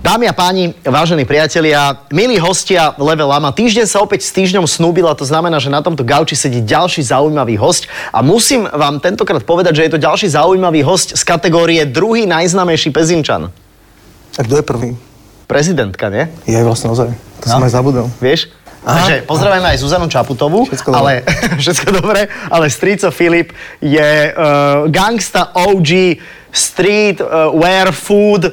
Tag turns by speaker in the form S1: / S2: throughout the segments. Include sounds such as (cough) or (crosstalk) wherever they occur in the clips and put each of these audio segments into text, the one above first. S1: Dámy a páni, vážení priatelia, milí hostia Level Lama, týždeň sa opäť s týždňom snúbila, to znamená, že na tomto gauči sedí ďalší zaujímavý host a musím vám tentokrát povedať, že je to ďalší zaujímavý host z kategórie druhý najznámejší pezinčan.
S2: A kto je prvý?
S1: Prezidentka, nie?
S2: Ja je vlastne ozaj. To no. som aj zabudol.
S1: Vieš?
S2: Aha.
S1: Takže pozdravujeme aj Zuzanu Čaputovú,
S2: Všetko dobré.
S1: ale (laughs) všetko dobre, ale Strico Filip je uh, gangsta OG, street, uh, wear, food,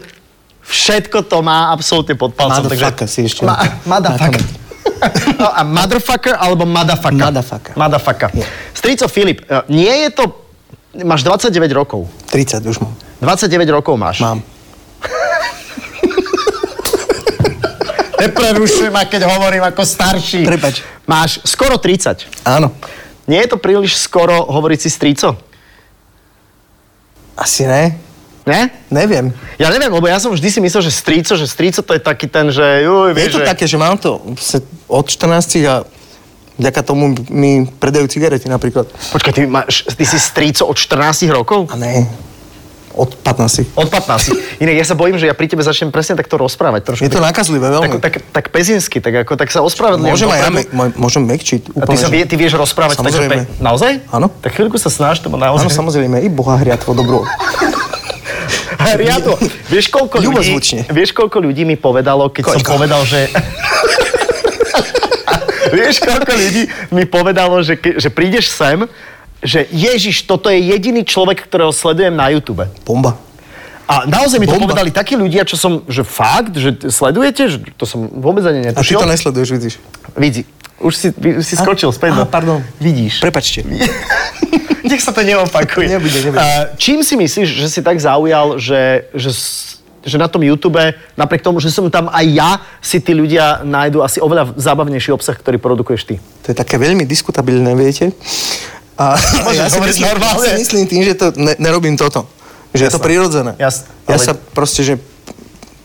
S1: všetko to má absolútne pod palcom.
S2: Motherfucker si ešte
S1: Ma,
S2: na to-
S1: motherfucker. No a motherfucker alebo motherfucker?
S2: Motherfucker.
S1: Motherfucker.
S2: Je.
S1: Strico Filip, uh, nie je to... Máš 29 rokov.
S2: 30 už mám.
S1: 29 rokov máš.
S2: Mám.
S1: Neprerušuj ma, keď hovorím ako starší.
S2: Prepač.
S1: Máš skoro 30.
S2: Áno.
S1: Nie je to príliš skoro hovoriť si strico?
S2: Asi ne.
S1: Ne?
S2: Neviem.
S1: Ja neviem, lebo ja som vždy si myslel, že strico, že strico to je taký ten, že juj,
S2: Je
S1: vieš,
S2: to
S1: že...
S2: také, že mám to vlastne od 14 a vďaka tomu mi predajú cigarety napríklad.
S1: Počkaj, ty, máš, ty si strico od 14 rokov?
S2: A ne. Od 15.
S1: Od 15. Inak ja sa bojím, že ja pri tebe začnem presne takto rozprávať trošku.
S2: Je to nákazlivé
S1: tak,
S2: veľmi.
S1: tak, tak pezinsky, tak ako, tak sa ospravedlňujem.
S2: Môžem aj ja,
S1: dopredu.
S2: me- moj- môžem mekčiť
S1: A
S2: úplne.
S1: ty, sa
S2: že-
S1: vie, ty vieš rozprávať tak, že...
S2: Samozrejme.
S1: Pe- naozaj?
S2: Áno.
S1: Tak chvíľku sa snaž, to ma
S2: Áno,
S1: naozaj... (laughs)
S2: samozrejme, i boha hria tvo dobrú.
S1: Riado, vieš koľko, ľudí,
S2: Ľubozvučne.
S1: vieš koľko ľudí mi povedalo, keď som
S2: Koľko?
S1: povedal,
S2: (laughs)
S1: že... vieš koľko ľudí mi povedalo, že, ke, že prídeš sem, že Ježiš, toto je jediný človek, ktorého sledujem na YouTube.
S2: Bomba.
S1: A naozaj mi to
S2: Bomba.
S1: povedali takí ľudia, čo som, že fakt, že t- sledujete, že to som vôbec ani
S2: A ty
S1: netušil.
S2: to nesleduješ, vidíš.
S1: Vidí, už si, vy- si skočil späť. do-
S2: Á, pardon.
S1: Vidíš.
S2: Prepačte.
S1: (laughs) Nech sa to neopakuje.
S2: Nebude, nebude.
S1: A čím si myslíš, že si tak zaujal, že, že, s- že na tom YouTube, napriek tomu, že som tam aj ja, si tí ľudia nájdu asi oveľa zábavnejší obsah, ktorý produkuješ ty.
S2: To je také veľmi diskutabilné, viete. A
S1: (laughs) Môžeš
S2: ja si,
S1: hovoriť
S2: myslím, ja
S1: normálne.
S2: si myslím tým, že to ne, nerobím toto. Že je to
S1: Jasné.
S2: prirodzené.
S1: Jasné.
S2: Ja
S1: Ale-
S2: sa proste, že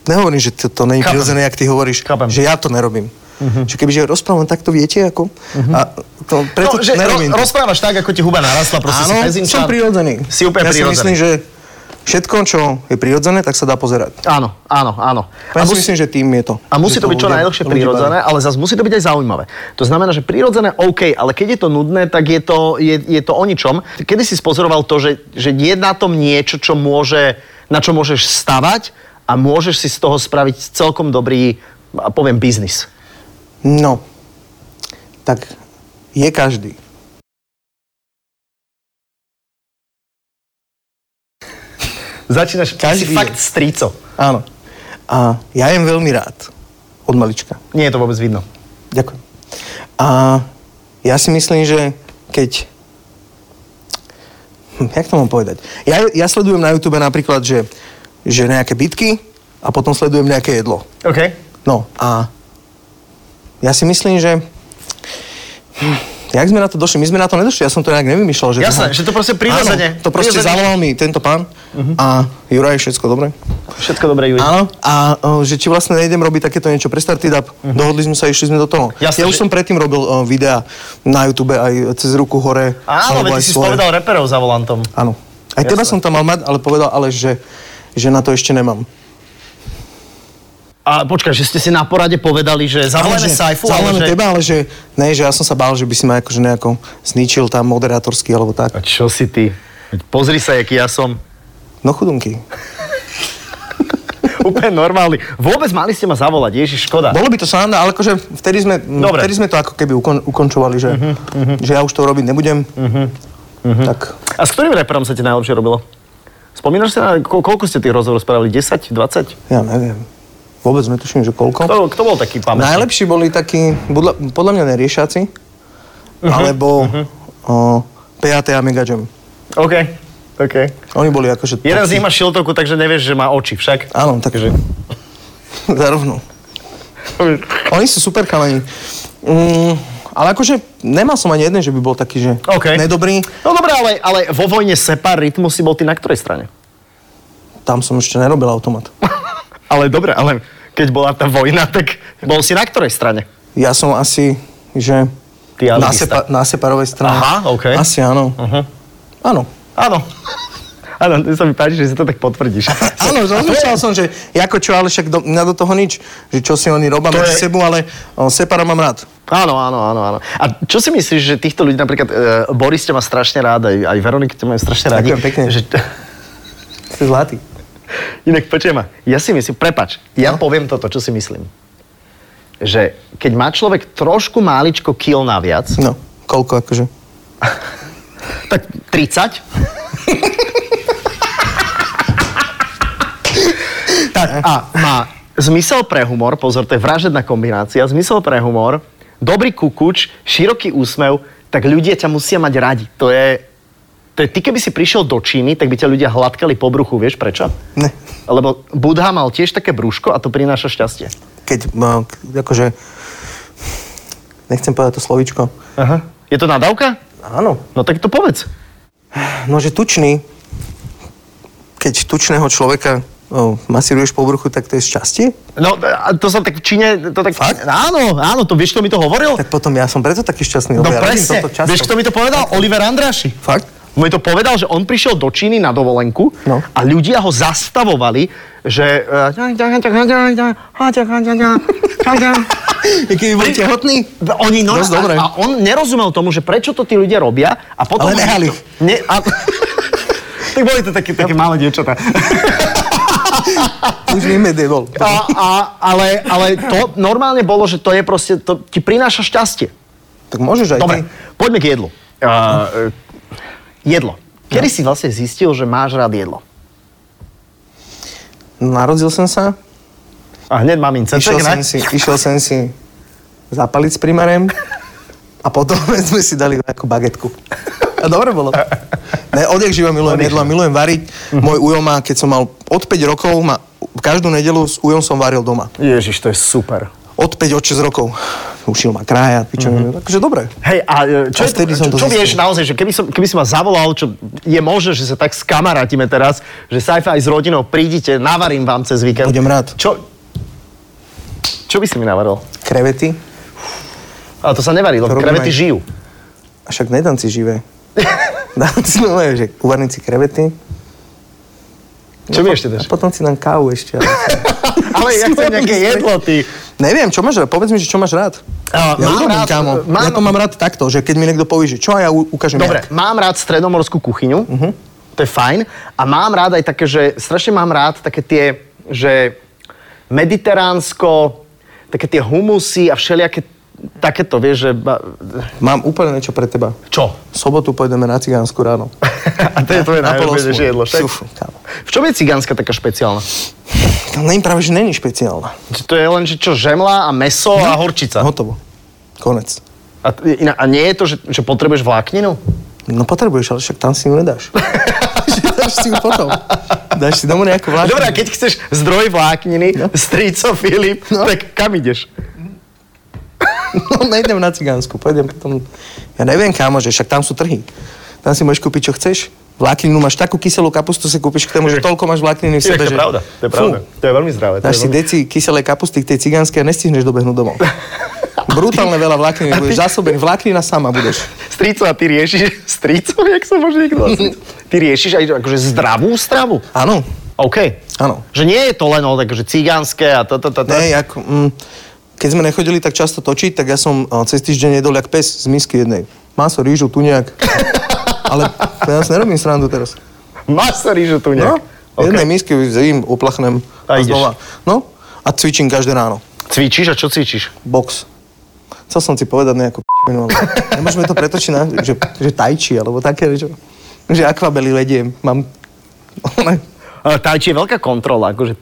S2: nehovorím, že to, to není
S1: Chápem.
S2: prirodzené, jak ty hovoríš,
S1: Chápem. Mhm.
S2: že ja to nerobím. Uh-huh. Že kebyže rozprávam takto, viete, ako? Uh-huh. A to, preto
S1: No, že
S2: nerobím. to.
S1: rozprávaš tak, ako ti huba narastla, proste si
S2: Áno,
S1: pezinčan.
S2: som prirodzený.
S1: Si úplne
S2: ja
S1: prirodzený.
S2: si myslím, že všetko, čo je prirodzené, tak sa dá pozerať.
S1: Áno, áno, áno.
S2: Ja si myslím, že tým je to.
S1: A musí
S2: Že
S1: to byť čo
S2: ľudia-
S1: najdlhšie
S2: ľudí
S1: prirodzené, ale zase musí to byť aj zaujímavé. To znamená, že prirodzené OK, ale keď je to nudné, tak je to, je, je to o ničom. Kedy si spozoroval to, že, že je na tom niečo, čo môže, na čo môžeš stavať a môžeš si z toho spraviť celkom dobrý, a poviem, biznis.
S2: baví. No, tak je každý.
S1: Začínaš,
S2: Každý
S1: si
S2: ide.
S1: fakt strico.
S2: Áno. A ja jem veľmi rád. Od malička.
S1: Nie je to vôbec vidno.
S2: Ďakujem. A ja si myslím, že keď... Hm, Jak to mám povedať? Ja, ja sledujem na YouTube napríklad, že, že nejaké bitky a potom sledujem nejaké jedlo.
S1: OK.
S2: No a ja si myslím, že... Hm, Jak sme na to došli? My sme na to nedošli, ja som to nejak nevymýšľal. Že
S1: Jasné, že to proste prirodzene.
S2: Áno, to proste
S1: Prirodzene.
S2: zavolal mi tento pán uh-huh. a Juraj, všetko dobre?
S1: Všetko dobré, Juri.
S2: Áno, a o, že či vlastne nejdem robiť takéto niečo pre Startup. Uh-huh. Dohodli sme sa, išli sme do toho.
S1: Mhm. Jasné,
S2: ja už
S1: že-
S2: som predtým robil o, videá na YouTube aj cez ruku hore.
S1: Áno,
S2: alebo
S1: veď
S2: aj
S1: ty si
S2: svoje.
S1: spovedal reperov za volantom.
S2: Áno. Aj teba
S1: Jasné.
S2: som tam mal mať, ale povedal, ale že, že na to ešte nemám.
S1: A počkaj, že ste si na porade povedali, že zavoláme
S2: že-
S1: Saifu, ale
S2: zavoláme
S1: že...
S2: teba, ale že, ne, že ja som sa bál, že by si ma akože nejako zničil tam moderátorsky alebo tak.
S1: A čo si ty? Veď Pozri sa, aký ja som.
S2: No chudunky.
S1: Úplne normálny. Vôbec mali ste ma zavolať, ježiš, škoda.
S2: Bolo by to sranda, ale akože vtedy sme,
S1: Dobre. Mhm,
S2: vtedy sme to ako keby ukon, ukončovali, že, že ja už to robiť nebudem. Tak
S1: A s ktorým reperom sa ti najlepšie robilo? Spomínaš si na, ko- koľko ste tých rozhovorov spravili? 10, 20?
S2: Ja neviem. Vôbec netuším, že koľko.
S1: Kto, kto bol taký pamätný?
S2: Najlepší boli takí, podľa, podľa mňa neriešiaci,
S1: Mhm.
S2: alebo o, PAT a Mega Jam.
S1: OK, OK.
S2: Oni boli akože...
S1: Jeden
S2: takí-
S1: z nich má šiltovku, takže nevieš, že má oči však.
S2: Áno, takže... (laughs) Zarovno. Oni sú super chalani. Mm, ale akože nemal som ani jeden, že by bol taký, že
S1: OK.
S2: nedobrý.
S1: No dobré, ale, ale vo vojne separ rytmu si bol ty na ktorej strane?
S2: Tam som ešte nerobil automat.
S1: Ale dobre, ale keď bola tá vojna, tak bol si na ktorej strane?
S2: Ja som asi, že...
S1: Ty
S2: na,
S1: anarchista.
S2: sepa- na separovej strane.
S1: Aha, OK. Mhm.
S2: Asi áno. Uh-huh. Áno.
S1: Áno. Áno, to sa mi páči, že si to tak potvrdíš. (laughs)
S2: Áno, rozmýšľal som, že ako čo, ale však do, mňa do toho nič. Že čo si oni robia
S1: To
S2: medzi
S1: je-
S2: sebou, ale o, separa mám rád.
S1: Áno, áno, áno, áno. A čo si myslíš, že týchto ľudí, napríklad e, Boris ťa má strašne rád, aj, aj Veronika ťa majú strašne rádi.
S2: Ďakujem pekne.
S1: Že,
S2: Ste zlatý.
S1: inak počujem ma, ja si myslím, prepač, ja
S2: No.
S1: poviem toto, čo si myslím. Že keď má človek trošku máličko kil naviac,
S2: No, koľko akože?
S1: tak 30, tak a má zmysel pre humor, pozor, to je vražedná kombinácia, zmysel pre humor, dobrý kukuč, široký úsmev, tak ľudia ťa musia mať radi. To je, to je, ty keby si prišiel do Číny, tak by ťa ľudia hladkali po bruchu, vieš prečo?
S2: Ne.
S1: Lebo Budha mal tiež také brúško a to prináša šťastie.
S2: Keď, no, akože... Nechcem povedať to slovíčko.
S1: Aha. Je to nadávka?
S2: Áno.
S1: No tak to povedz.
S2: No, že tučný, keď tučného človeka o, masíruješ po bruchu, tak to je šťastie?
S1: No, a to sa tak v Číne... To tak...
S2: Fakt?
S1: Áno, áno, to vieš, kto mi to hovoril?
S2: Tak potom ja som preto taký šťastný.
S1: No
S2: lebo ja robím
S1: presne.
S2: toto často.
S1: Vieš, kto mi to povedal? Oliver Andráši.
S2: Fakt?
S1: On Mi to povedal, že on prišiel do Číny na dovolenku
S2: No.
S1: a ľudia ho zastavovali, že... eh, e,
S2: Je, Keď bol tehotný?
S1: Oni no,
S2: Dosť dobre.
S1: A, a on nerozumel tomu, že prečo to tí ľudia robia a potom...
S2: Ale nehali ich.
S1: Ne, a...
S2: (laughs)
S1: tak boli to také, také malé dievčatá.
S2: Už neviem, kde bol.
S1: A, a, ale, ale to normálne bolo, že to je proste, to ti prináša šťastie.
S2: Tak môžeš aj
S1: Dobre,
S2: ty.
S1: poďme k jedlu. Uh, jedlo. Kedy
S2: No.
S1: si vlastne zistil, že máš rád jedlo?
S2: Narodil som sa,
S1: A hneď mám incent.
S2: išiel som, si, išiel som si zapaliť s primarem a potom (laughs) sme si dali nejakú bagetku. A dobre bolo. Ne, odjak živa milujem
S1: Odjak
S2: jedlo a
S1: živa.
S2: milujem variť. Môj ujo má, keď som mal od 5 rokov, ma, každú nedelu s ujom som varil doma.
S1: Ježiš, to je super.
S2: Od 5, od 6 rokov. Učil ma krájať, pičo, mm-hmm. takže dobre.
S1: Hej, a e, čo,
S2: A
S1: je to,
S2: vtedy som
S1: čo,
S2: to
S1: čo
S2: zistil.
S1: vieš naozaj, že keby, som, keby si ma zavolal, čo je možné, že sa tak skamarátime teraz, že sa aj s rodinou prídite, navarím vám cez víkend.
S2: Budem rád.
S1: Čo, čo by si mi navaril?
S2: Krevety,
S1: Ale to sa nevarí, lebo
S2: To robím
S1: krevety
S2: aj.
S1: žijú.
S2: a však nedám si živé. Dám si nové, že uvarím si krevety.
S1: Čo mi ešte
S2: (laughs) A
S1: dáš?
S2: potom si dám kávu ešte.
S1: Ale ja chcem nejaké jedlo, ty.
S2: Neviem, čo máš rád? Povedz mi, že čo máš rád.
S1: A,
S2: ja
S1: mám
S2: urobím,
S1: rád,
S2: kámo.
S1: e, mám-
S2: Ja to mám rád takto, že keď mi niekto povie, že čo a ja u- ukážem
S1: Dobre,
S2: jak.
S1: mám rád stredomorskú kuchyňu, uh-huh. to je fajn. A mám rád aj také, že strašne mám rád také tie, že mediteránsko, také tie humusy a všelijaké takéto, vieš, že... ba-
S2: Mám úplne niečo pre teba.
S1: Čo?
S2: V sobotu pôjdeme na cigánsku ráno.
S1: (laughs) a (laughs) to je tvoje
S2: Na
S1: najobľúbenejšie
S2: polosmu.
S1: jedlo. však?
S2: Fú, kámo.
S1: V čom je cigánska taká špeciálna?
S2: Tam není práve, že není špeciálna.
S1: Že To je len, že čo, žemla a meso Hm? a horčica.
S2: Hotovo. Konec.
S1: A, t- iná- a nie je to, že, že potrebuješ vlákninu?
S2: No potrebuješ, ale však tam si ju nedáš.
S1: (laughs)
S2: (laughs) Dáš si ju potom. Dáš si domov nejakú vlášť.
S1: Dobre, a keď chceš zdroj vlákniny, no. strico Filip, no. tak kam ideš?
S2: No, nejdem na cigánsku, pôjdem potom... Ja neviem, kámo, že však tam sú trhy. Tam si môžeš kúpiť, čo chceš. Vlákninu máš takú kyselú kapustu, si kúpiš k tomu, že toľko máš vlákniny v
S1: Inak
S2: sebe,
S1: to je
S2: že...
S1: pravda, to je
S2: Fú,
S1: pravda. To je veľmi zdravé. to je
S2: Dáš si
S1: veľmi-
S2: deci kyselej kapusty k tej cigánskej a nestihneš dobehnúť
S1: (laughs)
S2: domov. Brutálne veľa vlákniny, budeš zásobený. Vláknina sama budeš.
S1: Strico, a ty riešiš... (laughs) Strico, jak sa môže niekto nazvať? (laughs) Ty riešiš aj akože zdravú stravu?
S2: Áno,
S1: OK.
S2: áno.
S1: Že nie je to len o takže cigánske a to, to, to, to.
S2: Ne, ako, mm, keď sme nechodili tak často točiť, tak ja som o, cez týždeň jedol jak pes z misky jednej. Maso, rýžu, tuňak.
S1: (laughs)
S2: Ale ja si nerobím srandu teraz.
S1: Maso rýžu tu nejak.
S2: No, okay. jednej misky zím, uplachnem
S1: A
S2: a,
S1: ideš.
S2: znova. No, a cvičím každé ráno.
S1: Cvičíš a čo cvičíš?
S2: Box. Chcel som si povedať nejakú (laughs) p***inu, ale nemôžeme to pretočiť na, že, že tajči, alebo také, že, že akvabely vediem. Mám...
S1: Uh, tai chi je veľká kontrola, akože...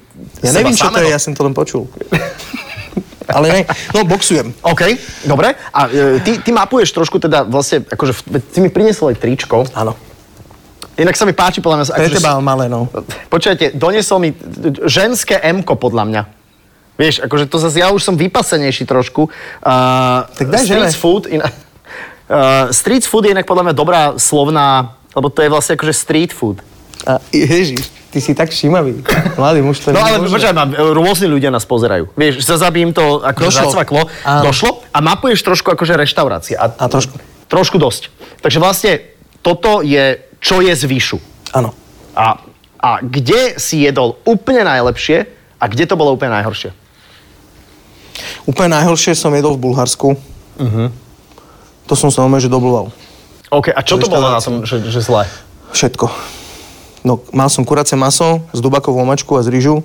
S2: Ja
S1: seba
S2: neviem, čo to
S1: samého.
S2: je, ja som to len počul. Ale ne, no boxujem.
S1: OK, dobre. A e, ty, ty mapuješ trošku teda vlastne, akože v- ty mi priniesol aj tričko.
S2: Áno.
S1: Inak sa mi páči, podľa mňa...
S2: Pre
S1: akože-
S2: teba malé, no.
S1: Počujete, donesol mi ženské m podľa mňa. Vieš, akože to zase, ja už som vypasenejší trošku. Uh,
S2: Tak daj
S1: street
S2: žene.
S1: food, in, uh, street food je inak podľa mňa dobrá slovná, lebo to je vlastne akože street food.
S2: A ježiš, ty si tak všímavý. Mladý muž, to
S1: No ale
S2: nemôže.
S1: počkaj ma, rôzni ľudia nás pozerajú. Vieš, zazabí im to ako
S2: Došlo.
S1: zacvaklo.
S2: Áno.
S1: Došlo a mapuješ trošku akože reštaurácie. A,
S2: A trošku.
S1: Trošku dosť. Takže vlastne toto je, čo je zvyšu.
S2: Áno.
S1: A, a kde si jedol úplne najlepšie a kde to bolo úplne najhoršie?
S2: Úplne najhoršie som jedol v Bulharsku. Uh-huh.
S1: Mhm.
S2: To som sa normálne, že dobloval.
S1: OK, a čo to bolo na
S2: Reštaurácie.
S1: tom, že, že zlé?
S2: Všetko. No, mal som kuracie maso s dubakovou mačku a z rýžu.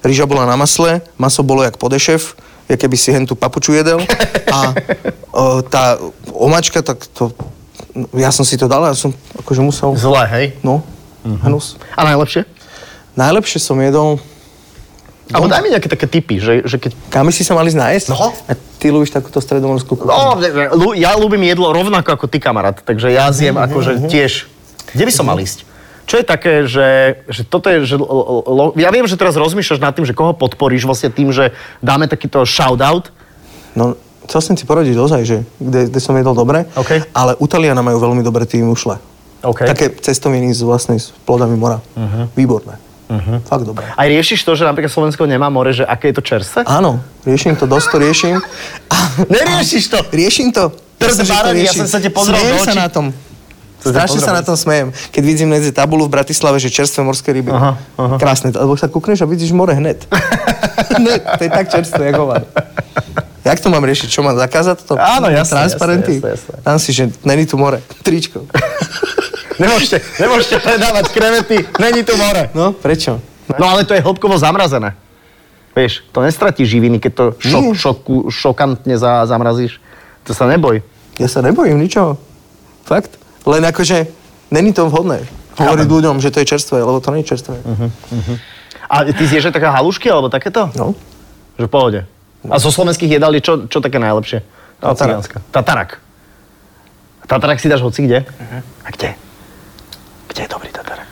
S2: Rýža bola na masle, maso bolo jak podešev, ja keby si hen tú papuču jedel.
S1: (laughs)
S2: A o, tá omačka, tak to... no, Ja som si to dal, ja som akože musel...
S1: Zlé, hej?
S2: No,
S1: Mhm.
S2: hnus.
S1: A najlepšie?
S2: Najlepšie som jedol...
S1: Alebo daj mi nejaké také typy, že, že keď...
S2: Kam si sa mali nájsť?
S1: No.
S2: A ty ľúbiš takúto stredomorskú kuchyňu.
S1: No, ne- ne, lu- ja ľúbim jedlo rovnako ako ty, kamarát, takže ja zjem akože tiež... Kde by som mal ísť? Čo je také, že, že toto je... Že, lo- lo- ja viem, že teraz rozmýšľaš nad tým, že koho podporíš vlastne tým, že dáme takýto shout-out.
S2: No, chcel som ti poradiť ozaj, že kde, kde som jedol dobre,
S1: OK.
S2: ale u Taliana majú veľmi dobré tie mušle.
S1: OK. Mhm.
S2: Také cestoviny s vlastne s plodami mora. Uh-huh. Výborné. Uh-huh. Fakt dobré.
S1: Aj riešiš to, že napríklad Slovensko nemá more, že aké je to čerstvé?
S2: Áno, riešim to, dosť to riešim. A,
S1: Neriešiš to!
S2: riešim to.
S1: Teraz
S2: Jasné, že to
S1: Baran, ja
S2: riešim.
S1: som sa ti pozrel
S2: Smejem
S1: do
S2: sa
S1: očí.
S2: na tom.
S1: To ťa
S2: Strašne sa
S1: pozdravím.
S2: na tom smejem, keď vidím medzi tabulu v Bratislave, že čerstvé morské ryby.
S1: Aha, aha.
S2: Krásne, lebo sa kúkneš a vidíš more hned.
S1: (laughs)
S2: hned, to je tak čerstvé, ako mám. Jak to mám riešiť? Čo mám zakázať? To?
S1: Áno, jasné,
S2: Transparenty.
S1: jasné, jasné, jasné.
S2: Tam si, že není tu more. Tričko.
S1: Nemôžete, nemôžete predávať krevety, není tu more.
S2: No, prečo?
S1: No ale to je hĺbkovo zamrazené. Vieš, to nestratí živiny, keď to šok,
S2: Nie.
S1: šoku, šokantne za, zamrazíš. To sa neboj.
S2: Ja sa nebojím ničoho. Fakt. Len akože, není to vhodné. Hovoriť ľuďom, že to je čerstvé, lebo to nie je čerstvé.
S1: Mhm. A ty zješ aj také halušky alebo takéto?
S2: No.
S1: Že v pohode. A zo slovenských jedál je čo, čo také najlepšie? Tá
S2: Tatarak.
S1: No. cigánska. Tatarak. Tatarak si dáš hoci kde? A kde? Kde je dobrý tatarak?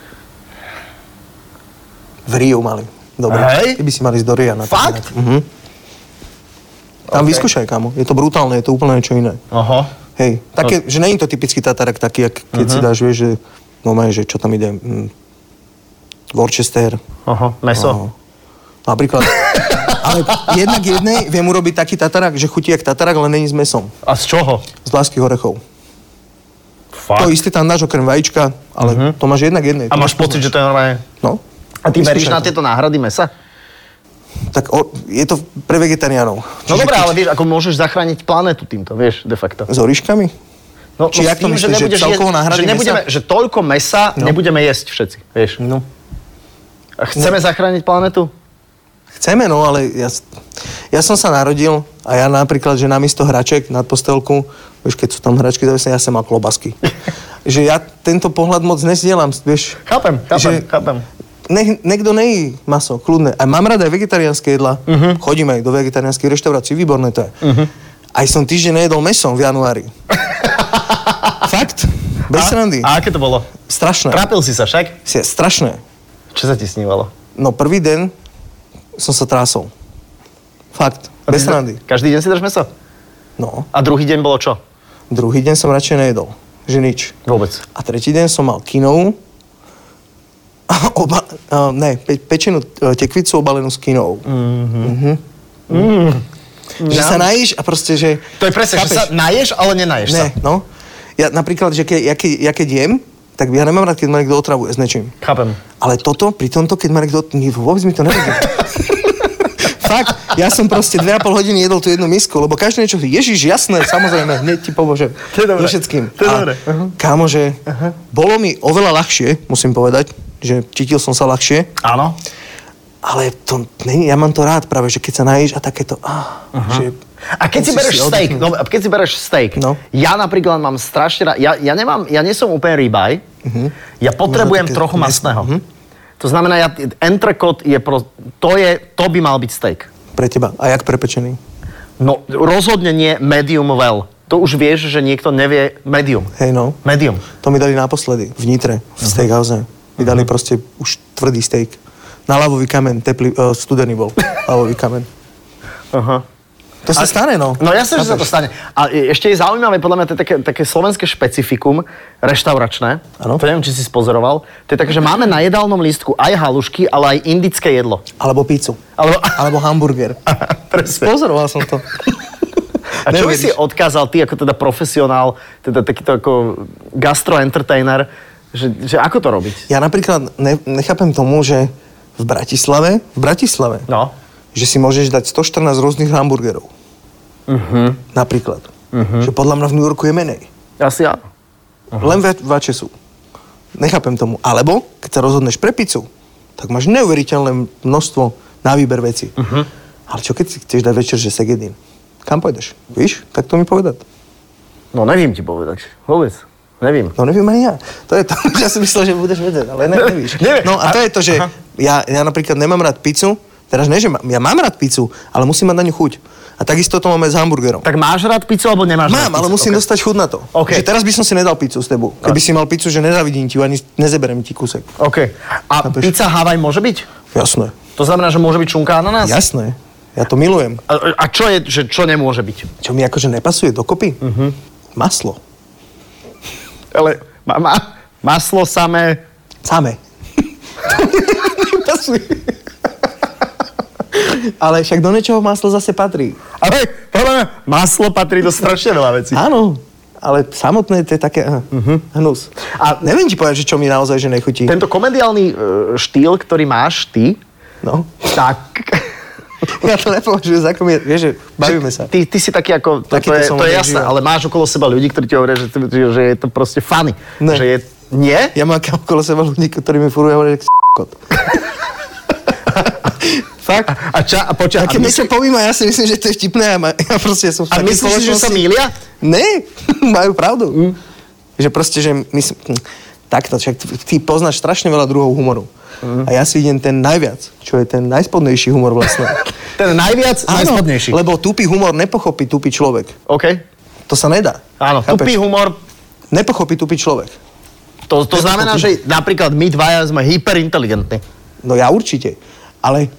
S2: V Riu mali. Dobre.
S1: Hej.
S2: Ty by si mali ísť do Ria. Na
S1: Fakt?
S2: Mhm. Tam
S1: OK.
S2: vyskúšaj, kamo. Je to brutálne, je to úplne niečo iné.
S1: Aha.
S2: Hej,
S1: No.
S2: také, že není to typický tatarak taký, jak keď
S1: Mhm.
S2: si dáš, vieš, že, no maj, že čo tam ide, mm, Worcester, no.
S1: Aha, meso. (laughs)
S2: napríklad. Ale jednak jednej viem urobiť taký tatarak, že chutí jak tatarak, len není s mesom,
S1: A z čoho?
S2: z lásky orechov.
S1: Fakt. Mhm.
S2: To isté tam dáš okrem vajíčka, ale to máš jednak jednej.
S1: A
S2: to
S1: máš pocit, že to je normálne...
S2: No.
S1: A ty veríš
S2: Vyskúšaj
S1: na
S2: to.
S1: tieto náhrady mesa?
S2: Tak o, je to pre vegetariánov.
S1: No
S2: Čiže
S1: dobré,
S2: keď-
S1: ale vieš, ako môžeš zachrániť planetu týmto, vieš, de facto.
S2: S oriškami?
S1: No,
S2: Či
S1: no
S2: jak
S1: s
S2: to myslíš, že
S1: nebudeš
S2: celkovo
S1: jesť-
S2: náhrady
S1: že, nebudeme,
S2: mesa?
S1: že toľko mesa
S2: No.
S1: nebudeme jesť všetci, vieš.
S2: No.
S1: A chceme zachrániť planetu?
S2: Chceme, no, ale ja, ja som sa narodil a ja napríklad, že namiesto hraček nad postelku, vieš, keď sú tam hračky zavesené, ja som mal
S1: (laughs)
S2: klobasky. že ja tento pohľad moc nezdielam, vieš.
S1: Chápem, chápem,
S2: Že-
S1: chápem.
S2: Nech, niekto nejí maso, kľudne. A mám rád aj vegetariánske jedla.
S1: Mhm.
S2: Uh-huh. Chodím aj do vegetariánskych reštaurácií, výborné to je. Uh-huh. Aj som týždeň nejedol meso v
S1: (laughs)
S2: januári. Fakt? Bez No.
S1: A-
S2: srandy.
S1: A aké to bolo?
S2: Strašné.
S1: Trápil si sa však?
S2: Sie- Strašné.
S1: Čo sa ti snívalo?
S2: No prvý deň som sa trásol. Fakt.
S1: A ty si-
S2: Bez srandy.
S1: Každý deň si dáš meso?
S2: No.
S1: A druhý deň bolo čo?
S2: Druhý deň som radšej nejedol. Že nič.
S1: Vôbec.
S2: A tretí deň som mal kinovú. A Oba, a ne, pe, pečenú e, tekvicu obalenú s kinovou. Mm-hmm.
S1: Mhm.
S2: Mm-hmm. Že sa najíš a proste, že...
S1: Mm. To je presne, že
S2: chápeš?
S1: sa naješ, ale nenaješ sa.
S2: Ne, no. Ja napríklad, že ke, ja, ke, ja keď jem, tak ja nemám rád, keď ma niekto otravuje s niečím.
S1: Chápem.
S2: Ale toto, pri tomto, keď ma niekto... nie, Vôbec mi
S1: (laughs)
S2: to nevedie. Fakt, ja som proste dve a pol hodiny jedol tú jednu misku, lebo každý niečo hovorí, Ježiš, jasné, samozrejme, hneď ti pomôžem.
S1: To je dobré.
S2: So všetkým.
S1: To je
S2: a
S1: dobré.
S2: Kámo, že bolo mi oveľa ľahšie, musím povedať, že cítil som sa ľahšie,
S1: Áno.
S2: ale to není, ja mám to rád práve, že keď sa najíš a takéto... Ah, že,
S1: A keď si
S2: musíš
S1: bereš steak,
S2: oddychnúť.
S1: no, a keď si bereš steak,
S2: No.
S1: ja napríklad mám strašne rád, ja, ja nemám, ja nie som úplne rýbaj, ja potrebujem
S2: Máš Mhm. také Mhm.
S1: trochu
S2: mäso.
S1: masného. To znamená, ja, entrecot je pro, to je, to by mal byť steak.
S2: Pre teba. A jak prepečený.
S1: No, rozhodne nie medium well. To už vieš, že niekto nevie medium.
S2: Hej, no.
S1: Medium.
S2: To mi dali naposledy, v Nitre, v steakhouse. Mi dali proste už tvrdý steak. eh,
S1: (laughs)
S2: Na lavový kamen, teplý, uh, studený bol. Lavový kamen.
S1: Aha.
S2: To sa
S1: Ale-
S2: stane, no.
S1: No jasne, že sa to stane. A e- ešte je zaujímavé, podľa mňa to je také, také slovenské špecifikum, reštauračné.
S2: Áno.
S1: To neviem, či si spozoroval. To je také, že máme na jedálnom lístku aj halušky, ale aj indické jedlo.
S2: Alebo pizzu.
S1: Alebo,
S2: Alebo hamburger.
S1: (laughs) Presne.
S2: Pozoroval som to.
S1: A čo by si
S2: Neuveríš.
S1: odkázal ty ako teda profesionál, teda takýto ako gastroentertainer, že, že ako to robiť?
S2: Ja napríklad ne, nechápem tomu, že v Bratislave, v Bratislave,
S1: No.
S2: že si môžeš dať 114 rôznych hamburgerov.
S1: Mhm.
S2: Uh-huh. Napríklad. Uh-huh. Že podľa mňa v New Yorku je menej.
S1: Asi áno.
S2: Uh-huh. Len va- vače sú. Nechápem tomu. Alebo, keď sa rozhodneš pre pizzu, tak máš neuveriteľné množstvo na výber veci.
S1: Mhm.
S2: Uh-huh. Ale čo keď si chceš dať večer, že segedín? Kam pôjdeš? Víš? Tak to mi povedať.
S1: No nevím ti povedať. Vôbec. Nevím.
S2: No neviem ani ja. To je to, (laughs) ja som myslel, že budeš vedieť, ale ne, nevíš.
S1: neviem.
S2: No a to je to, že ja, ja napríklad nemám rád pizzu, teraz ne, že ma, ja mám rád pizzu, ale musím mať na ňu chuť. A takisto to máme s hamburgerom.
S1: Tak máš rád pizzu alebo nemáš rád
S2: Mám, ale
S1: pizzu?
S2: musím
S1: Ok.
S2: dostať chud na to.
S1: OK.
S2: Že teraz by som si nedal pizzu s tebou. Keby si mal pizzu, že nezavidím ti ju, ani nezeberem ti kúsek.
S1: OK. A
S2: Chápeš?
S1: pizza Havaj môže byť?
S2: Jasné.
S1: To znamená, že môže byť čunka ananás?
S2: Jasné. Ja to milujem.
S1: A, a čo je, že čo nemôže byť?
S2: Čo mi akože nepasuje dokopy?
S1: Mhm.
S2: Uh-huh. Maslo.
S1: Ale ma, ma, maslo samé...
S2: Samé. to mi (laughs) nepasuje. ale však do niečoho maslo zase patrí.
S1: Ale podľa mňa maslo patrí do strašne veľa vecí.
S2: Áno, ale samotné to je také aha,
S1: Mhm.
S2: hnus. A neviem ti povedať, že čo mi naozaj že nechutí.
S1: Tento komediálny e, štýl, ktorý máš ty,
S2: No, (laughs)
S1: tak...
S2: ja to nepovažujem za komie, vieš, že bavíme sa.
S1: Ty, ty si taký ako... To,
S2: Taký
S1: to,
S2: to
S1: je,
S2: som
S1: to je
S2: odjak
S1: jasné,
S2: živa.
S1: ale máš okolo seba ľudí, ktorí ti hovoria, že, ty- že, že je to proste funny.
S2: Ne.
S1: Že je... Nie?
S2: Ja mám kam okolo seba ľudí, ktorí mi furuje, hovorí, že kot. Fakt?
S1: A, ča, a počia,
S2: A
S1: a,
S2: keď
S1: myslí,
S2: niečo povím a ja si myslím, že to je vtipné a ma, ja proste som v
S1: a
S2: takej
S1: myslíš, si, že sa
S2: spoločnosti-
S1: mýlia?
S2: Ne, (laughs) majú pravdu. Mm. Že proste, že myslím, takto, však ty- ty poznáš strašne veľa druhov humoru. Mm. A ja si idem ten najviac, čo je ten najspodnejší humor
S1: (laughs)
S2: vlastne.
S1: Ten najviac,
S2: Áno,
S1: najspodnejší.
S2: lebo tupý humor nepochopí tupý človek.
S1: OK.
S2: To sa nedá.
S1: Áno, tupý
S2: Chápeš?
S1: humor,
S2: Nepochopí tupý človek.
S1: to, to znamená, že napríklad my dvaja sme hyperinteligentní.
S2: No ja určite. Ale,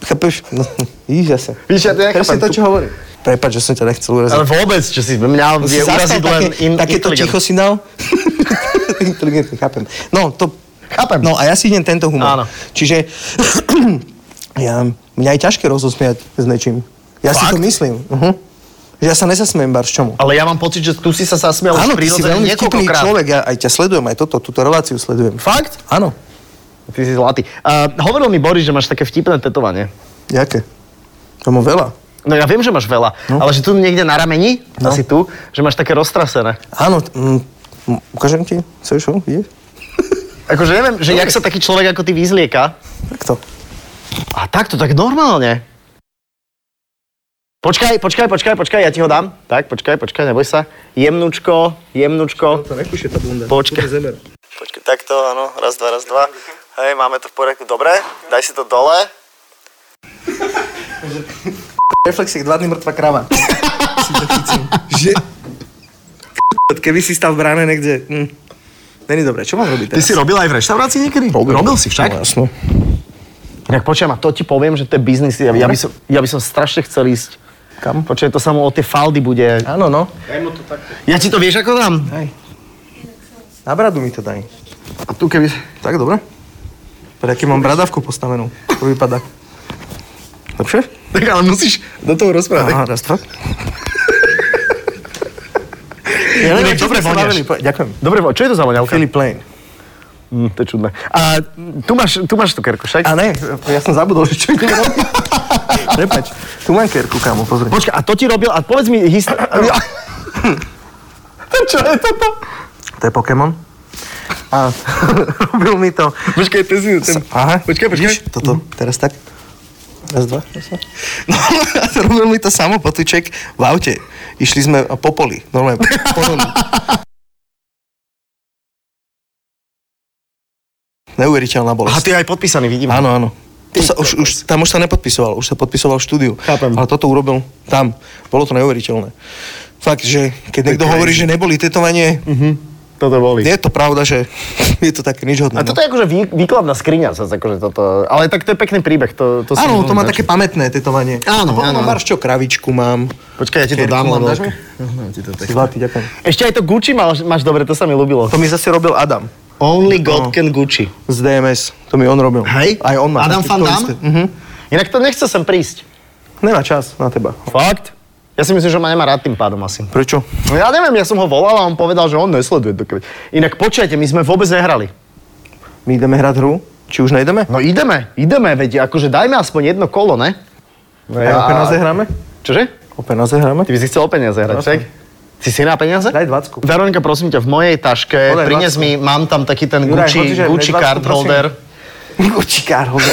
S2: chápeš? No, (laughs) vidíš zase.
S1: Víš, ja to nechápem.
S2: Presne to, čo hovorím. Prepač, že som ťa nechcel uraziť.
S1: Ale vôbec, čo si mňa
S2: No,
S1: vie
S2: si zastal
S1: uraziť len in,
S2: takéto
S1: inteligent.
S2: ticho si dal? (laughs) Inteligentný, chápem. No, to...
S1: Chápem.
S2: No a ja si idem tento humor.
S1: Áno.
S2: Čiže (clears throat) ja, mňa je ťažké rozosmiať s niečím. Ja si
S1: Fakt?
S2: to myslím. Uh-huh. Že ja sa nezasmiem bar s čomu.
S1: Ale ja mám pocit, že tu si sa zasmial už
S2: Áno, ty si
S1: prirodzene
S2: veľmi vtipný
S1: niekoľkokrát.
S2: človek, ja aj ťa sledujem, aj toto, túto reláciu sledujem.
S1: Fakt?
S2: Áno.
S1: Ty si zlatý. Uh, hovoril mi Boris, že máš také vtipné tetovanie.
S2: Jaké? To mám veľa.
S1: No ja viem, že máš veľa, no. ale že tu niekde na rameni, no.
S2: No.
S1: asi tu, že máš také roztrasené.
S2: Áno, t- mm, m- ukážem ti, chceš ho, vidieť?
S1: Akože neviem, že jak sa taký človek ako ty vyzlieka.
S2: Takto.
S1: A takto, tak normálne. Počkaj, počkaj, počkaj, počkaj, ja ti ho dám. Tak, počkaj, počkaj, neboj sa. Jemnučko, jemnučko.
S2: Nekúšaj tá bunda.
S1: Počkaj. Počkaj, takto, áno, raz, dva, raz, dva. Hej, máme to v poriadku, dobre, daj si to dole.
S2: Reflexek, dva dny mŕtva krava. (laughs) si to chycím. Že? Keby si stal v bráne niekde... Hm. Není dobré, čo mám robiť teraz?
S1: robil aj v reštaurácii niekedy? Robil,
S2: No, jasno.
S1: Tak počujem, a to ti poviem, že to je biznis. Ja, ja, by, som, ja by som strašne chcel ísť.
S2: Kam?
S1: Počujem, to samo o tie faldy bude.
S2: Áno, no.
S1: Ja ti to vieš, ako dám?
S2: Daj. Na bradu mi to daj.
S1: A tu keby...
S2: Tak, dobre. Pre aký mám bradavku postavenú. To vypadá. Lepšie?
S1: Tak ale musíš do toho rozprávať.
S2: Aha, raz, dva. Ja
S1: Inak dobre
S2: sme sa
S1: voniaš.
S2: bavili, po- Ďakujem.
S1: Dobre, vo- čo je to za voňavka?
S2: Philip Lane.
S1: Mm, to je čudné. A tu máš, tu máš cukierku, však?
S2: A ne, ja som zabudol, že čo idem robiť. Prepač. Tu mám kerku, kámo, pozri.
S1: Počkaj, a to ti robil, a povedz mi (coughs) históriu. čo je toto?
S2: To je Pokémon. A (laughs) robil mi to.
S1: Počkaj, to si ten...
S2: Aha.
S1: Počkaj, počkaj.
S2: Vidíš, toto, teraz tak. Raz, dva. Raz, dva. Mhm. (laughs) No, a to robil mi to samo potyček v aute. Išli sme po poli, (laughs) normálne po runu. Neuveriteľná bolesť.
S1: Aha, ty je aj podpísaný, vidím.
S2: Áno, áno. To sa, už, už, tam už sa nepodpisoval, už sa podpisoval v štúdiu.
S1: Chápem.
S2: Ale toto urobil tam. Bolo to Mhm. neuveriteľné. Fakt, že keď niekto
S1: crazy.
S2: hovorí, že neboli tetovanie,
S1: To toto boli.
S2: Je to pravda, že (laughs) je to také no. nič hodné.
S1: A toto je akože vý, výkladná skriňa, zase akože toto, ale tak to je pekný príbeh. To, to si
S2: Áno,
S1: vlastne
S2: to
S1: veľmi
S2: má
S1: páči.
S2: také pamätné tetovanie.
S1: Áno,
S2: A potom
S1: áno,
S2: mám
S1: áno.
S2: baršťo kravičku mám.
S1: Počkaj, ja ti to
S2: Kierku
S1: dám,
S2: mám,
S1: lebo...
S2: dáš mi?
S1: Aha, ti to tak-
S2: Zlatý, ďakujem.
S1: Ešte aj to Gucci máš, máš dobre, to sa mi ľúbilo.
S2: To mi zase robil Adam
S1: Only
S2: No.
S1: God can Gucci.
S2: z DMS. To mi on robil.
S1: Hej?
S2: Aj on má.
S1: Adam
S2: také
S1: Van
S2: to
S1: Damme?
S2: isté. Mhm.
S1: Inak to nechce sem prísť.
S2: Nemá čas na teba.
S1: Fakt? Ja si myslím, že ma nemá rád tým pádom asi.
S2: Prečo?
S1: No ja neviem, ja som ho volal a on povedal, že on nesleduje do krvi. Inak počujete, my sme vôbec nehrali.
S2: My ideme hrať hru? Či už nejdeme?
S1: No ideme, ideme, veď akože dajme aspoň jedno kolo, ne? No
S2: Aj o peniaze hráme?
S1: Čože?
S2: O peniaze hráme?
S1: Ty by si chcel o peniaze hrať,
S2: Jasne.
S1: však? Ty si na peniaze?
S2: Daj 20.
S1: Veronika, prosím ťa, v mojej taške,
S2: Podaj
S1: prines
S2: dvacku.
S1: mi, mám tam taký ten
S2: Juraj,
S1: Gucci,
S2: hodíš aj
S1: Gucci
S2: mne dvacku,
S1: card
S2: prosím?
S1: holder.
S2: (laughs) Gucci kár, hovor.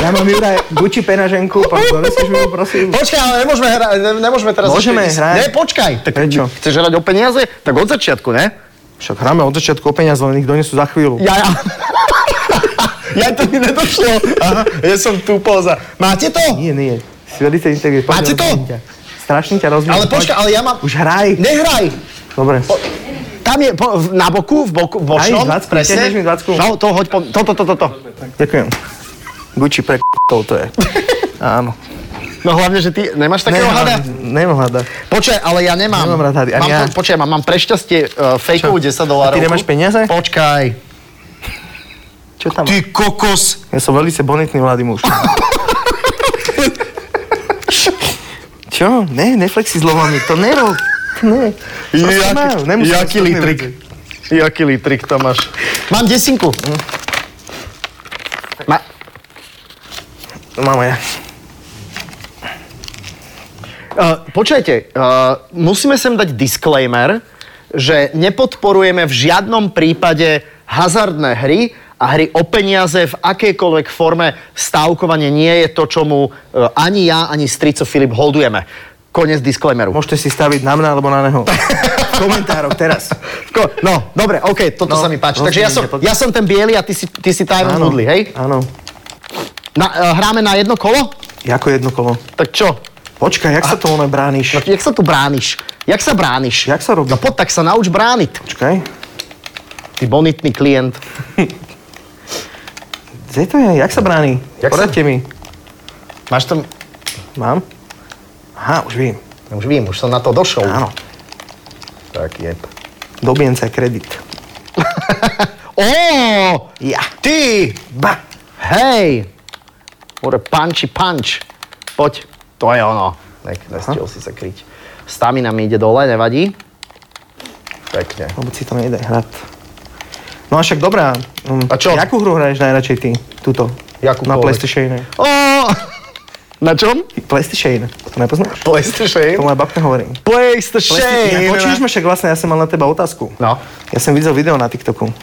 S2: Ja mám Juraj Gucci penaženku, pán (laughs) donesíš mi ho, prosím.
S1: Počkaj, ale nemôžeme, hra, ne- nemôžeme teraz...
S2: Môžeme
S1: ešte-
S2: hrať.
S1: Ne, počkaj. Tak
S2: Prečo?
S1: Chceš hrať o peniaze? Tak od začiatku, ne?
S2: Však hráme od začiatku o peniaze, len ich donesú za chvíľu.
S1: Ja, ja. ja to mi nedošlo. Aha, ja som tu poza. Máte to?
S2: Nie, nie. Si veľmi sa integruje.
S1: Máte to?
S2: Strašne ťa rozumiem.
S1: Ale počkaj, ale ja mám...
S2: Už hraj.
S1: Nehraj.
S2: Dobre.
S1: Tam je po, v- na boku, v boku, v bočnom,
S2: Aj, dvacku,
S1: presne.
S2: tiež mi dvacku.
S1: No, to hoď po... To, to, to, to, to.
S2: Ďakujem. Gucci pre k***ov
S1: (laughs)
S2: to je. Áno.
S1: No hlavne, že ty nemáš takého hada.
S2: Nemám hada.
S1: Počkaj, ale ja nemám.
S2: Nemám rád hady, ani
S1: mám,
S2: ja.
S1: po- Počkaj, mám, mám prešťastie uh, fejkovú 10 dolárov.
S2: nemáš peniaze?
S1: Počkaj.
S2: Čo tam?
S1: Ty kokos.
S2: Ja som veľmi bonitný mladý
S1: (laughs)
S2: muž. Čo? Ne, neflexi s lovami, to nerob. Ne. Proste má, nemusíš
S1: jaký
S2: to
S1: litrik.
S2: nevedieť.
S1: Jaký litrik tam máš. Mám desinku. Ma,
S2: Mám aj ja.
S1: Uh, počujete, uh, musíme sem dať disclaimer, že nepodporujeme v žiadnom prípade hazardné hry a hry o peniaze v akejkoľvek forme stávkovanie nie je to, čomu uh, ani ja, ani strico Filip holdujeme. Konec disclaimeru.
S2: Môžete si staviť na mňa alebo na
S1: (laughs)
S2: neho. V komentároch teraz.
S1: Ko- No, dobre, OK, toto
S2: No,
S1: sa mi páči.
S2: no,
S1: Takže ja som,
S2: nepod-
S1: ja som ten biely a ty si, ty si tá Iron Woodley, hej?
S2: Áno.
S1: Na, uh, hráme na jedno kolo?
S2: Jako jedno kolo.
S1: Tak čo? No,
S2: Počkaj, jak sa to ono brániš?
S1: Jak sa tu brániš? Jak sa brániš?
S2: Jak sa robí?
S1: No poď, tak sa nauč brániť.
S2: Počkaj.
S1: Ty bonitný klient.
S2: Kde to je? Jak sa bráni?
S1: Jak sa-
S2: Poradte mi.
S1: Máš tam...
S2: Mám? Aha, už viem.
S1: Už vím, už som na to došel.
S2: Áno.
S1: Tak jeb.
S2: Dobijem sa kredit.
S1: Ó,
S2: Ja.
S1: ty!
S2: Ba.
S1: Hej! More punchy punch. Poď, to je ono. Tak, nestiel si sa kryť. Stamina mi ide dole, nevadí. Pekne.
S2: Lebo si to nejde hrať. No a však dobrá. Um,
S1: A čo?
S2: Jakú hru hráš najradšej ty? Tuto.
S1: Jakúkoľvek.
S2: Na PlayStation.
S1: Ó, (laughs) na čom?
S2: PlayStation. To nepoznáš? To
S1: PlayStation.
S2: moja babka hovorí.
S1: PlayStation.
S2: Počuješ ma však vlastne, ja som mal na teba otázku.
S1: No,
S2: Ja som videl video na TikToku.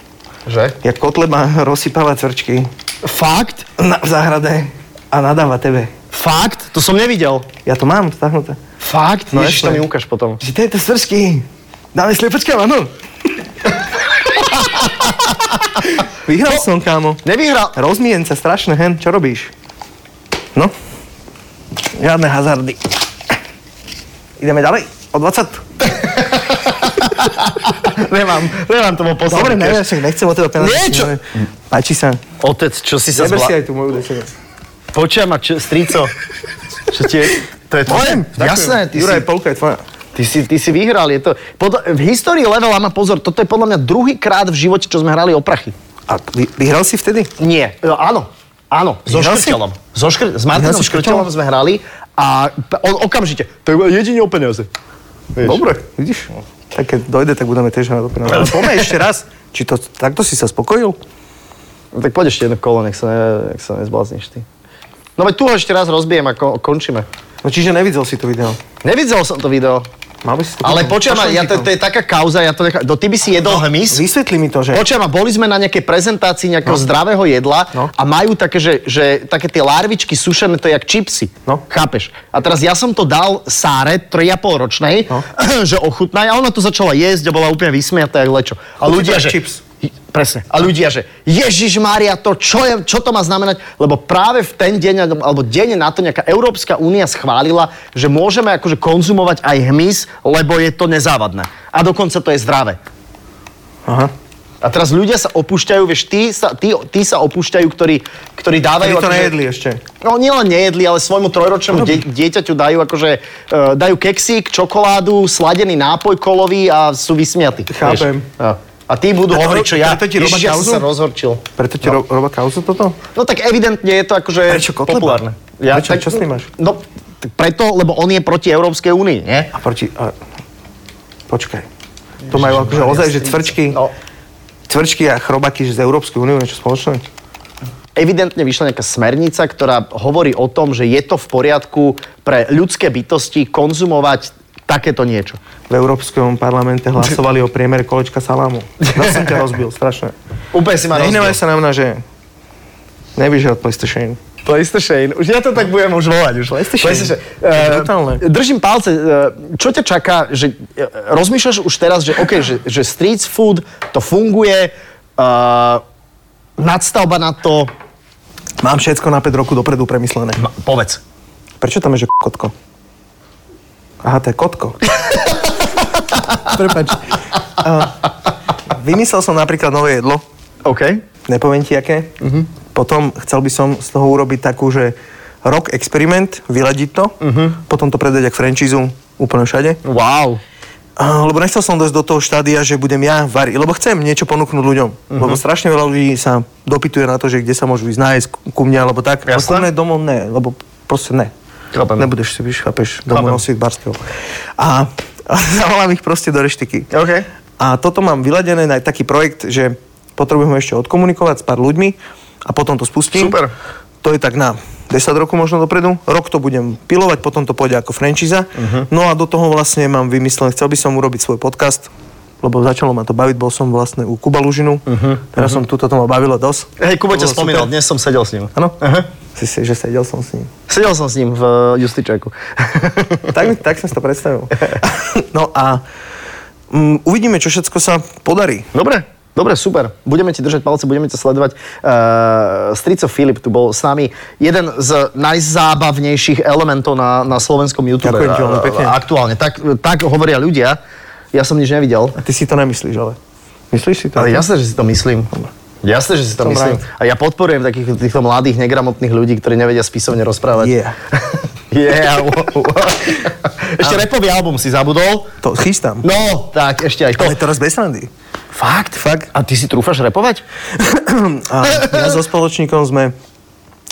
S1: že?
S2: Jak Kotleb má rozsypáva cvrčky
S1: Fakt?
S2: na, v záhrade a nadáva tebe.
S1: Fakt? To som nevidel.
S2: Ja to mám stáhnuté.
S1: Fakt?
S2: No,
S1: Ježiš, to mi
S2: jasné.
S1: ukáž potom.
S2: Že to je to svrčky. Dáme slepačka, áno.
S1: No.
S2: Vyhral som, kámo.
S1: Nevyhral.
S2: Rozmien sa strašne, hen, čo robíš? No? Žiadne hazardy. Ideme ďalej? O 20?
S1: Nemám, nemám to bol posledný.
S2: Dobre,
S1: cash.
S2: neviem, však nechcem od teba penálty.
S1: Nie, čo-
S2: Páči sa.
S1: Otec, čo si sa
S2: Zeber si
S1: zbla...
S2: aj tú moju desinu.
S1: Počujem ma, čo, strico. Čo ti je? To je
S2: Môžem?
S1: Jasné, ty
S2: Juraj,
S1: si,
S2: polka je tvoja.
S1: ty, si, ty si vyhral. Je to, pod, v histórii Level má pozor, toto je podľa mňa druhý krát v živote, čo sme hrali o prachy.
S2: A vy- vyhral si vtedy?
S1: Nie, e, áno. Áno, so
S2: Vyhral si?
S1: Škrtelom. So škr- s Martinom
S2: Vyhral si
S1: Škrtelom
S2: Škrtelom?
S1: sme hrali a p- on okamžite, to je jedine o peniaze. Vieš.
S2: Vidíš? Tak keď dojde, tak budeme tiež hrať opäť. Ale poďme ešte raz. Či to, takto si sa spokojil?
S1: No Tak poď ešte jedno kolo, nech sa, ne, nech sa nezblázniš ty. No veď tu ho ešte raz rozbijem a ko- končíme.
S2: No čiže nevidel si to video.
S1: Nevidel som to video.
S2: Mal by si to
S1: Ale
S2: potom-
S1: počujem, ma,
S2: Pošlem
S1: ja,
S2: ti
S1: to, to je taká kauza, ja to nechám. No, ty by si jedol hmyz?
S2: Vysvetli mi to, že...
S1: Počujem, ma, boli sme na nejakej prezentácii nejakého zdravého jedla
S2: No.
S1: a majú také, že, že také tie larvičky sušené, to je jak čipsy.
S2: No.
S1: Chápeš? A teraz ja som to dal Sáre, 3,5 ročnej,
S2: No.
S1: (clears throat) že ochutnaj a ona to začala jesť a bola úplne vysmiatá, jak lečo. A
S2: Chutí
S1: ľudia,
S2: to jak
S1: že...
S2: čips. No.
S1: Presne. A ľudia, že Ježiš Mária, to čo, je, čo to má znamenať? Lebo práve v ten deň, alebo deň na to nejaká Európska únia schválila, že môžeme akože konzumovať aj hmyz, lebo je to nezávadné. A dokonca to je zdravé.
S2: Aha.
S1: A teraz ľudia sa opúšťajú, vieš, tí sa, tí, tí sa opúšťajú, ktorí, ktorí dávajú...
S2: Ktorí to
S1: akože-
S2: nejedli No. ešte.
S1: No nielen nejedli, ale svojmu trojročnému de- dieťaťu dajú akože, uh, dajú keksík, čokoládu, sladený nápoj kolový a sú vysmiatí. vieš.
S2: Chápem.
S1: A, a tí budú
S2: A to-
S1: hovoriť, čo ja,
S2: preto ti robia
S1: Ježiš, ja
S2: kauzu?
S1: som sa rozhorčil.
S2: Preto ti ro- robá kauzu toto?
S1: No tak evidentne je to akože
S2: Prečo Kotleba?
S1: populárne.
S2: Prečo? Čo s tým máš?
S1: No, tak preto, lebo on je proti Európskej únii, nie?
S2: A proti... A... Počkaj. To majú akože ozaj, že tvrčky,
S1: No,
S2: tvrčky a chrobaky že z Európskej únie niečo spoločné?
S1: evidentne vyšla nejaká smernica, ktorá hovorí o tom, že je to v poriadku pre ľudské bytosti konzumovať takéto niečo.
S2: V Európskom parlamente hlasovali o priemere kolečka salámu. Zase som ťa rozbil, strašne.
S1: Úplne si ma
S2: Nehnevaj
S1: rozbil.
S2: sa na mňa, že nevyžil PlayStation.
S1: PlayStation. Už ja to tak budem už volať. Už.
S2: PlayStation.
S1: Eh,
S2: Brutálne.
S1: držím palce. eh, čo ťa čaká? Že, eh, rozmýšľaš už teraz, že, OK, že, že street food, to funguje, eh, nadstavba na to,
S2: Mám všetko na 5 rokov dopredu premyslené.
S1: povedz.
S2: Prečo tam je, že kotko? Aha, to je kotko. Prepač. Uh, vymyslel som napríklad nové jedlo,
S1: OK.
S2: nepoviem ti aké. Potom chcel by som z toho urobiť takú, že rok experiment, vyladiť to, potom to predať ako franchízu úplne všade.
S1: Wow.
S2: Uh, lebo nechcel som dosť do toho štádia, že budem ja variť, lebo chcem niečo ponúknuť ľuďom.
S1: Mhm.
S2: Lebo strašne veľa ľudí sa dopytuje na to, že kde sa môžu ísť nájsť ku- ku mne, alebo tak. Ale ku
S1: Jasné.
S2: mne domov ne, lebo proste ne.
S1: Chápem.
S2: Nebudeš si, víš, chápeš, domov
S1: Chápem.
S2: nosiť barského. A, (laughs) a zavolám ich proste do reštiky.
S1: OK.
S2: A toto mám vyladené na taký projekt, že potrebujem ho ešte odkomunikovať s pár ľuďmi a potom to spustím.
S1: Super.
S2: To je tak na 10 rokov možno dopredu. Rok to budem pilovať, potom to pôjde ako franchíza.
S1: Mhm.
S2: Uh-huh. No a do toho vlastne mám vymyslené, chcel by som urobiť svoj podcast, lebo začalo ma to baviť, bol som vlastne u Kuba Lužinu. Uh-huh. Teraz som túto to ma bavilo dosť.
S1: Mhm, Hej, Kubo ťa
S2: To bolo
S1: spomínal,
S2: super.
S1: dnes som sedel s ním.
S2: Áno?
S1: Aha.
S2: Si, si, že sedel som s ním.
S1: Sedel som s ním v eh,
S2: (laughs)
S1: Justičaku.
S2: tak, tak som si
S1: (laughs)
S2: to predstavil. no a um, uvidíme, čo všetko sa podarí.
S1: Dobre, dobre, super. Budeme ti držať palce, budeme ťa sledovať. Uh, Strico Filip tu bol s nami. Jeden z najzábavnejších elementov na, na slovenskom YouTube.
S2: Ďakujem ti veľmi
S1: A-
S2: pekne.
S1: a- Aktuálne, tak, tak hovoria ľudia. Ja som nič nevidel.
S2: A ty si to nemyslíš, ale... Myslíš si to?
S1: Ale jasné, že si to myslím. Jasné, že si to
S2: Som
S1: myslím.
S2: rád.
S1: A ja podporujem takých týchto mladých, negramotných ľudí, ktorí nevedia spisovne rozprávať.
S2: Yeah.
S1: (laughs) yeah. wow,
S2: (laughs)
S1: wow. Ešte repový album si zabudol.
S2: To chystám.
S1: No, tak ešte aj to.
S2: Ale teraz bez randy.
S1: Fakt? Fakt. A ty si trúfaš repovať?
S2: A ja so spoločníkom sme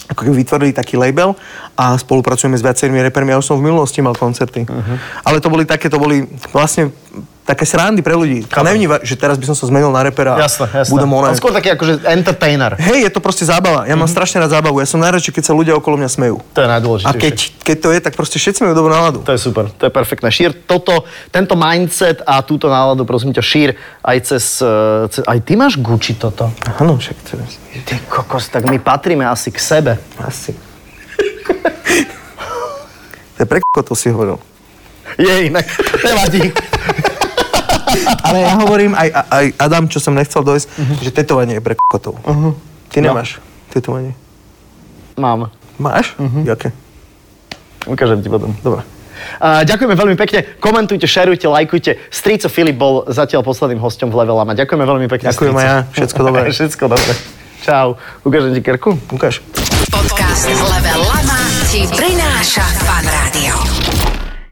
S2: ako keby vytvorili taký label a spolupracujeme s viacerými repermi. Ja už som v minulosti mal koncerty.
S1: Mhm.
S2: Uh-huh. Ale to boli také, to boli vlastne také srandy pre ľudí. To
S1: Chápem.
S2: nevníva, že teraz by som sa zmenil na repera a budem
S1: On
S2: oné.
S1: skôr Mhm. taký akože entertainer.
S2: Hej, je to proste zábava. Ja mám strašne rád zábavu. Ja som najradšej, keď sa ľudia okolo mňa smejú.
S1: To je najdôležitejšie.
S2: A keď, keď to je, tak proste všetci majú dobrú náladu.
S1: To je super, to je perfektné. Šír toto, tento mindset a túto náladu, prosím ťa, šír aj cez, eh, cez... Aj ty máš Gucci toto?
S2: Áno, však to je
S1: Ty kokos, tak my patríme asi k sebe.
S2: asi. to je pre to si hovoril.
S1: Je inak, (laughs) nevadí.
S2: Ale ja hovorím aj, aj Adam, čo som nechcel dojsť, že tetovanie je pre kokotov. Ty
S1: No.
S2: nemáš tetovanie.
S1: Mám,
S2: Máš? Jaké?
S1: ukážem ti potom.
S2: Dobre.
S1: A ďakujeme veľmi pekne, komentujte, šerujte, lajkujte. Strico Filip bol zatiaľ posledným hosťom v Level Lama. Ďakujeme veľmi pekne.
S2: Ďakujem aj
S1: Strico.
S2: ja. Všetko dobré.
S1: (laughs) Všetko dobré. Čau. Ukážem ti krku?
S2: Ukáž.
S3: Podcast Level Lama ti prináša Fan Rádio.